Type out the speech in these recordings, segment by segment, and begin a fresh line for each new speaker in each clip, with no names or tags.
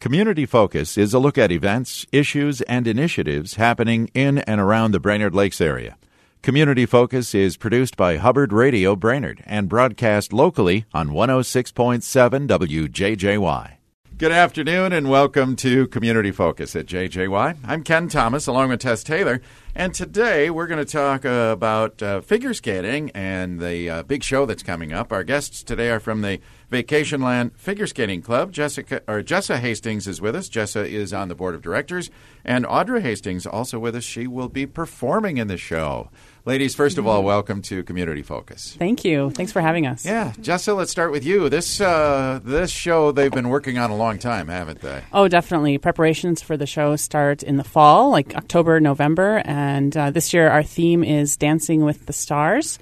Community Focus is a look at events, issues, and initiatives happening in and around the Brainerd Lakes area. Community Focus is produced by Hubbard Radio Brainerd and broadcast locally on 106.7 WJJY. Good afternoon and welcome to Community Focus at JJY. I'm Ken Thomas along with Tess Taylor, and today we're going to talk uh, about uh, figure skating and the uh, big show that's coming up. Our guests today are from the Vacation Land Figure Skating Club. Jessica or Jessa Hastings is with us. Jessa is on the board of directors, and Audra Hastings also with us. She will be performing in the show. Ladies, first of all, welcome to Community Focus.
Thank you. Thanks for having us.
Yeah, Jessa, let's start with you. This uh, this show they've been working on a long time, haven't they?
Oh, definitely. Preparations for the show start in the fall, like October, November, and uh, this year our theme is Dancing with the Stars.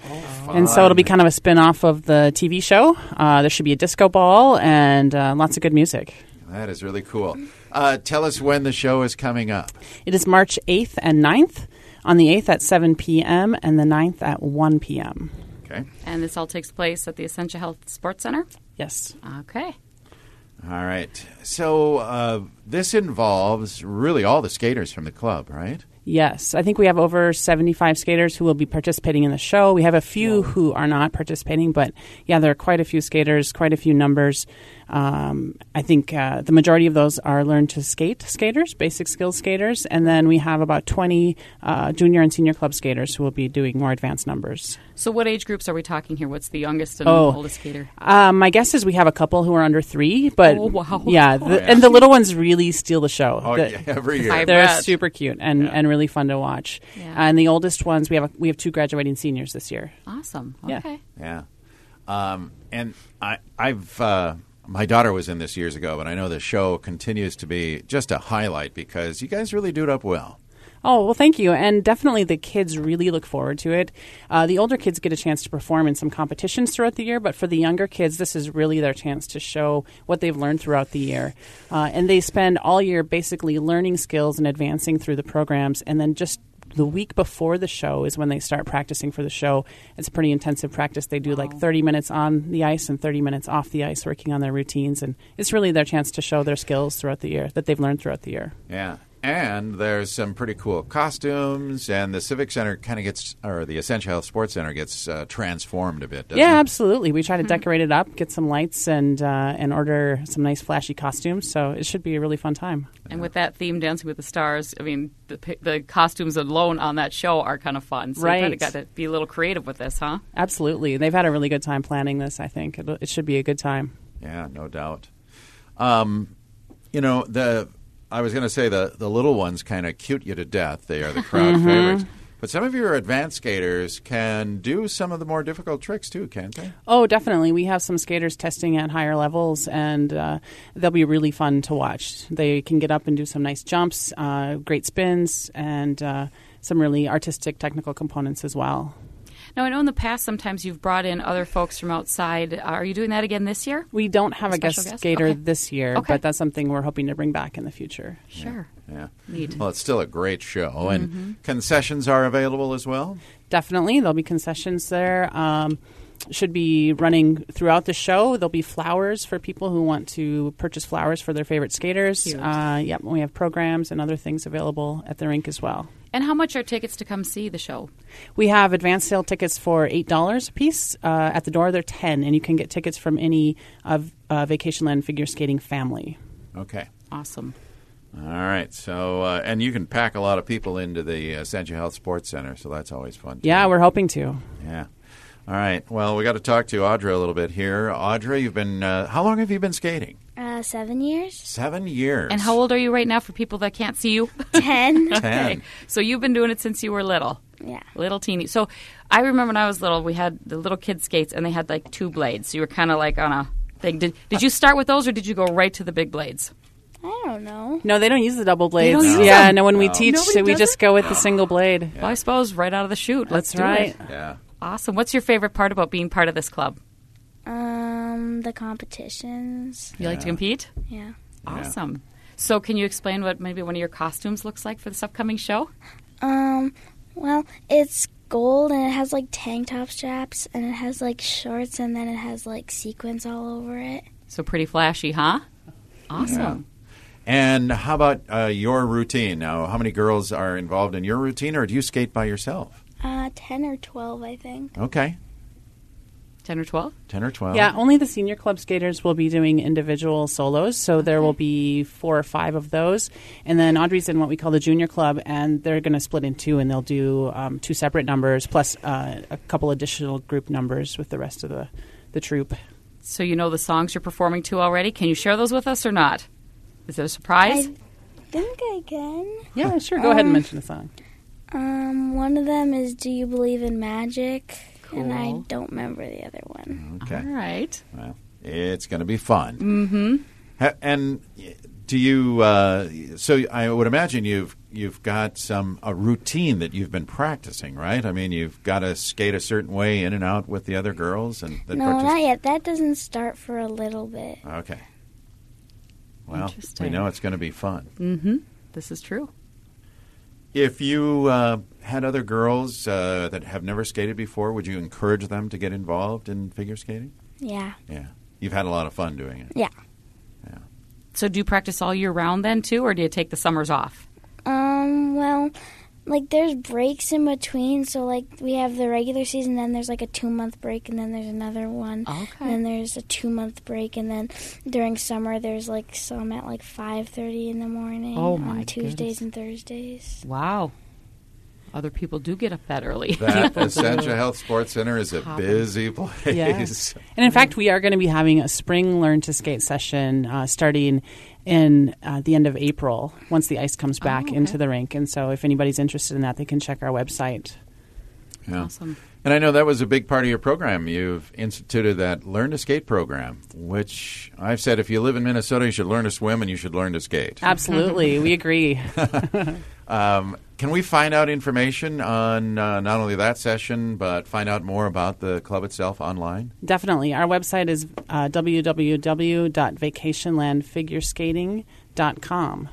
and so it'll be kind of a spin off of the TV show. Uh, there should be a disco ball and uh, lots of good music.
That is really cool. Uh, tell us when the show is coming up.
It is March 8th and 9th. On the 8th at 7 p.m. and the 9th at 1 p.m.
Okay.
And this all takes place at the Essentia Health Sports Center.
Yes.
Okay.
All right. So uh, this involves really all the skaters from the club, right?
Yes, I think we have over 75 skaters who will be participating in the show. We have a few who are not participating, but yeah, there are quite a few skaters, quite a few numbers. Um, I think uh, the majority of those are learn to skate skaters, basic skills skaters, and then we have about 20 uh, junior and senior club skaters who will be doing more advanced numbers.
So, what age groups are we talking here? What's the youngest and
Oh.
oldest skater?
Um, my guess is we have a couple who are under three, but
Oh, wow.
yeah, the, and the little ones really steal the show.
Oh,
The-
yeah, every year.
Five.
They're
bet.
super cute and, and really fun to watch.
Yeah.
And the oldest ones, we have a, we have two graduating seniors this year.
Awesome.
Yeah.
Okay.
Yeah. Um, and I, I've uh, my daughter was in this years ago, but I know the show continues to be just a highlight because you guys really do it up well.
Oh well, thank you, and definitely the kids really look forward to it. Uh, the older kids get a chance to perform in some competitions throughout the year, but for the younger kids, this is really their chance to show what they've learned throughout the year. Uh, and they spend all year basically learning skills and advancing through the programs, and then just the week before the show is when they start practicing for the show. It's pretty intensive practice. They do like 30 minutes on the ice and 30 minutes off the ice working on their routines and it's really their chance to show their skills throughout the year that they've learned throughout the year.
Yeah. And there's some pretty cool costumes, and the Civic Center kind of gets, or the Essential Health Sports Center gets uh, transformed a bit. Doesn't
Yeah,
It?
absolutely. We try
Hmm.
to decorate it up, get some lights, and uh, and order some nice flashy costumes. So it should be a really fun time.
And with that theme, Dancing with the Stars, I mean, the, pi- the costumes alone on that show are kind of fun. So you kind
Right.
of got to be a little creative with this, huh?
Absolutely, they've had a really good time planning this. I think it, it should be a good time.
Yeah, no doubt. Um, you know the I was going to say the the little ones kind of cute you to death. They are the crowd
Mm-hmm.
favorites. But some of your advanced skaters can do some of the more difficult tricks too, can't they?
Oh, definitely. We have some skaters testing at higher levels, and uh, they'll be really fun to watch. They can get up and do some nice jumps, uh, great spins, and uh, some really artistic technical components as well.
Now, I know in the past sometimes you've brought in other folks from outside. Uh, Are you doing that again this year?
We don't have a,
special
guest,
guest?
skater
Okay.
this year,
Okay.
but that's something we're hoping to bring back in the future.
Sure.
Yeah.
Neat.
Well, it's still a great
Mm-hmm.
show, and concessions are available as well.
Definitely, there'll be concessions there. Um, should be running throughout the show. There'll be flowers for people who want to purchase flowers for their favorite skaters.
Cute.
Uh, yep, we have programs and other things available at the rink as well.
And how much are tickets to come see the show?
We have advance sale tickets for eight dollars a piece. Uh, at the door, they're ten, and you can get tickets from any of uh, Vacation Land Figure Skating family.
Okay.
Awesome.
All right. So, uh, and you can pack a lot of people into the Essentia Health Sports Center, so that's always fun. too.
Yeah, we're hoping to.
Yeah. All right. Well, we got to talk to Audra a little bit here. Audra, you've been uh, how long have you been skating?
Uh, seven years?
Seven years.
And how old are you right now for people that can't see you?
Ten?
Ten.
So you've been doing it since you were little.
Yeah.
Little teeny. So I remember when I was little, we had the little kid skates, and they had like two blades. So you were kind of like on a thing. Did Did you start with those, or did you go right to the big blades?
I don't know.
No, they don't use the double blades.
don't use
yeah,
them.
no. When we teach,
Nobody
we
does
just
it?
go with the single blade.
Well, I suppose right out of the chute. Let's
That's
do
right.
it.
Yeah.
Awesome. What's your favorite part about being part of this club?
Um, the competitions.
You like to compete?
Yeah.
Awesome. So can you explain what maybe one of your costumes looks like for this upcoming show?
Um, well, it's gold and it has like tank top straps and it has like shorts and then it has like sequins all over it.
So pretty flashy, huh? Awesome.
And how about uh, your routine? Now, how many girls are involved in your routine, or do you skate by yourself?
Uh, 10 or 12, I think.
Okay,
ten or twelve.
ten or twelve.
Yeah, only the senior club skaters will be doing individual solos. So there will be four or five of those. And then Audrey's in what we call the junior club, and they're going to split in two, and they'll do um, two separate numbers plus uh, a couple additional group numbers with the rest of the, the troop.
So you know the songs you're performing to already. Can you share those with us or not? Is it a surprise?
I think I can.
Yeah, sure. Go ahead and mention the song.
Um, one of them is Do You Believe in Magic? And I
Cool.
don't remember the other one.
Okay.
All right.
Well, it's going to be fun. Mm-hmm. Ha- and do you? Uh, so I would imagine you've you've got some a routine that you've been practicing, right? I mean, you've got to skate a certain way in and out with the other girls, and that
no,
partic-
not yet. That doesn't start for a little bit.
Okay. Well, we
Interesting.
know it's going to be fun.
Mm-hmm. This is true.
If you uh, had other girls uh, that have never skated before, would you encourage them to get involved in figure skating?
Yeah.
Yeah. You've had a lot of fun doing it.
Yeah.
So do you practice all year round then too, or do you take the summers off?
Um, well, like there's breaks in between, so like we have the regular season, then there's like a two month break, and then there's another one.
Okay.
And then there's a two month break, and then during summer there's like some at like five thirty in the morning
Oh,
on
my
Tuesdays
goodness.
and Thursdays.
Wow. Other people do get up that early.
That Essentia Health Sports Center is a
Hopping.
busy place.
And in fact, we are going to be having a spring learn to skate session uh, starting in uh, the end of April once the ice comes back
okay.
into the rink. And so, if anybody's interested in that, they can check our website.
Yeah.
Awesome.
And I know that was a big part of your program. You've instituted that Learn to Skate program, which I've said if you live in Minnesota, you should learn to swim and you should learn to skate.
Absolutely, we agree.
Um, can we find out information on uh, not only that session, but find out more about the club itself online?
Definitely. Our website is uh, www.vacationlandfigureskating.com.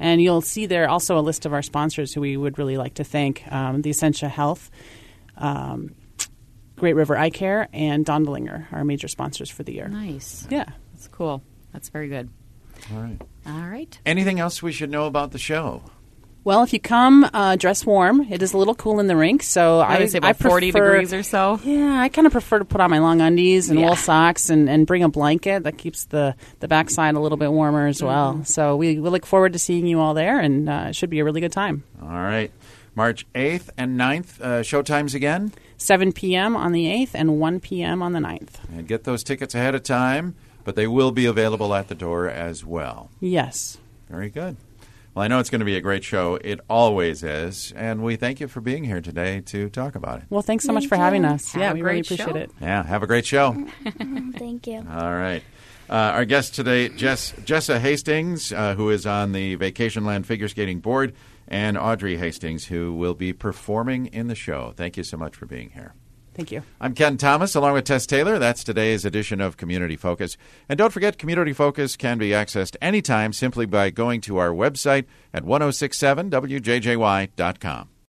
And you'll see there also a list of our sponsors who we would really like to thank um, the Essentia Health, um, Great River Eye Care, and Dondelinger, our major sponsors for the year.
Nice.
Yeah.
That's cool. That's very good.
All right.
All right.
Anything else we should know about the show?
Well, if you come, uh, dress warm. It is a little cool in the rink, so I,
I would say about
prefer-
40 degrees or so.
Yeah, I kind of prefer to put on my long undies and
Yeah.
wool socks and, and bring a blanket that keeps the, the backside a little bit warmer as well.
Mm-hmm.
So we, we look forward to seeing you all there, and uh, it should be a really good time.
All right. March 8th and 9th, uh, showtimes again.
7 p.m. on the 8th and 1 p.m. on the 9th.
And get those tickets ahead of time, but they will be available at the door as well.
Yes.
Very good. Well, I know it's going to be a great show. It always is. And we thank you for being here today to talk about it.
Well, thanks so much
Thank
for having
you.
us.
Have
yeah,
a
we really
great show.
appreciate it.
Yeah, have a great show.
Thank you.
All right. Uh, our guest today, Jess, Jessa Hastings, uh, who is on the Vacation Land Figure Skating Board, and Audrey Hastings, who will be performing in the show. Thank you so much for being here.
Thank you.
I'm Ken Thomas, along with Tess Taylor. That's today's edition of Community Focus. And don't forget, Community Focus can be accessed oh anytime simply by going to our website at 1067wjjy.com.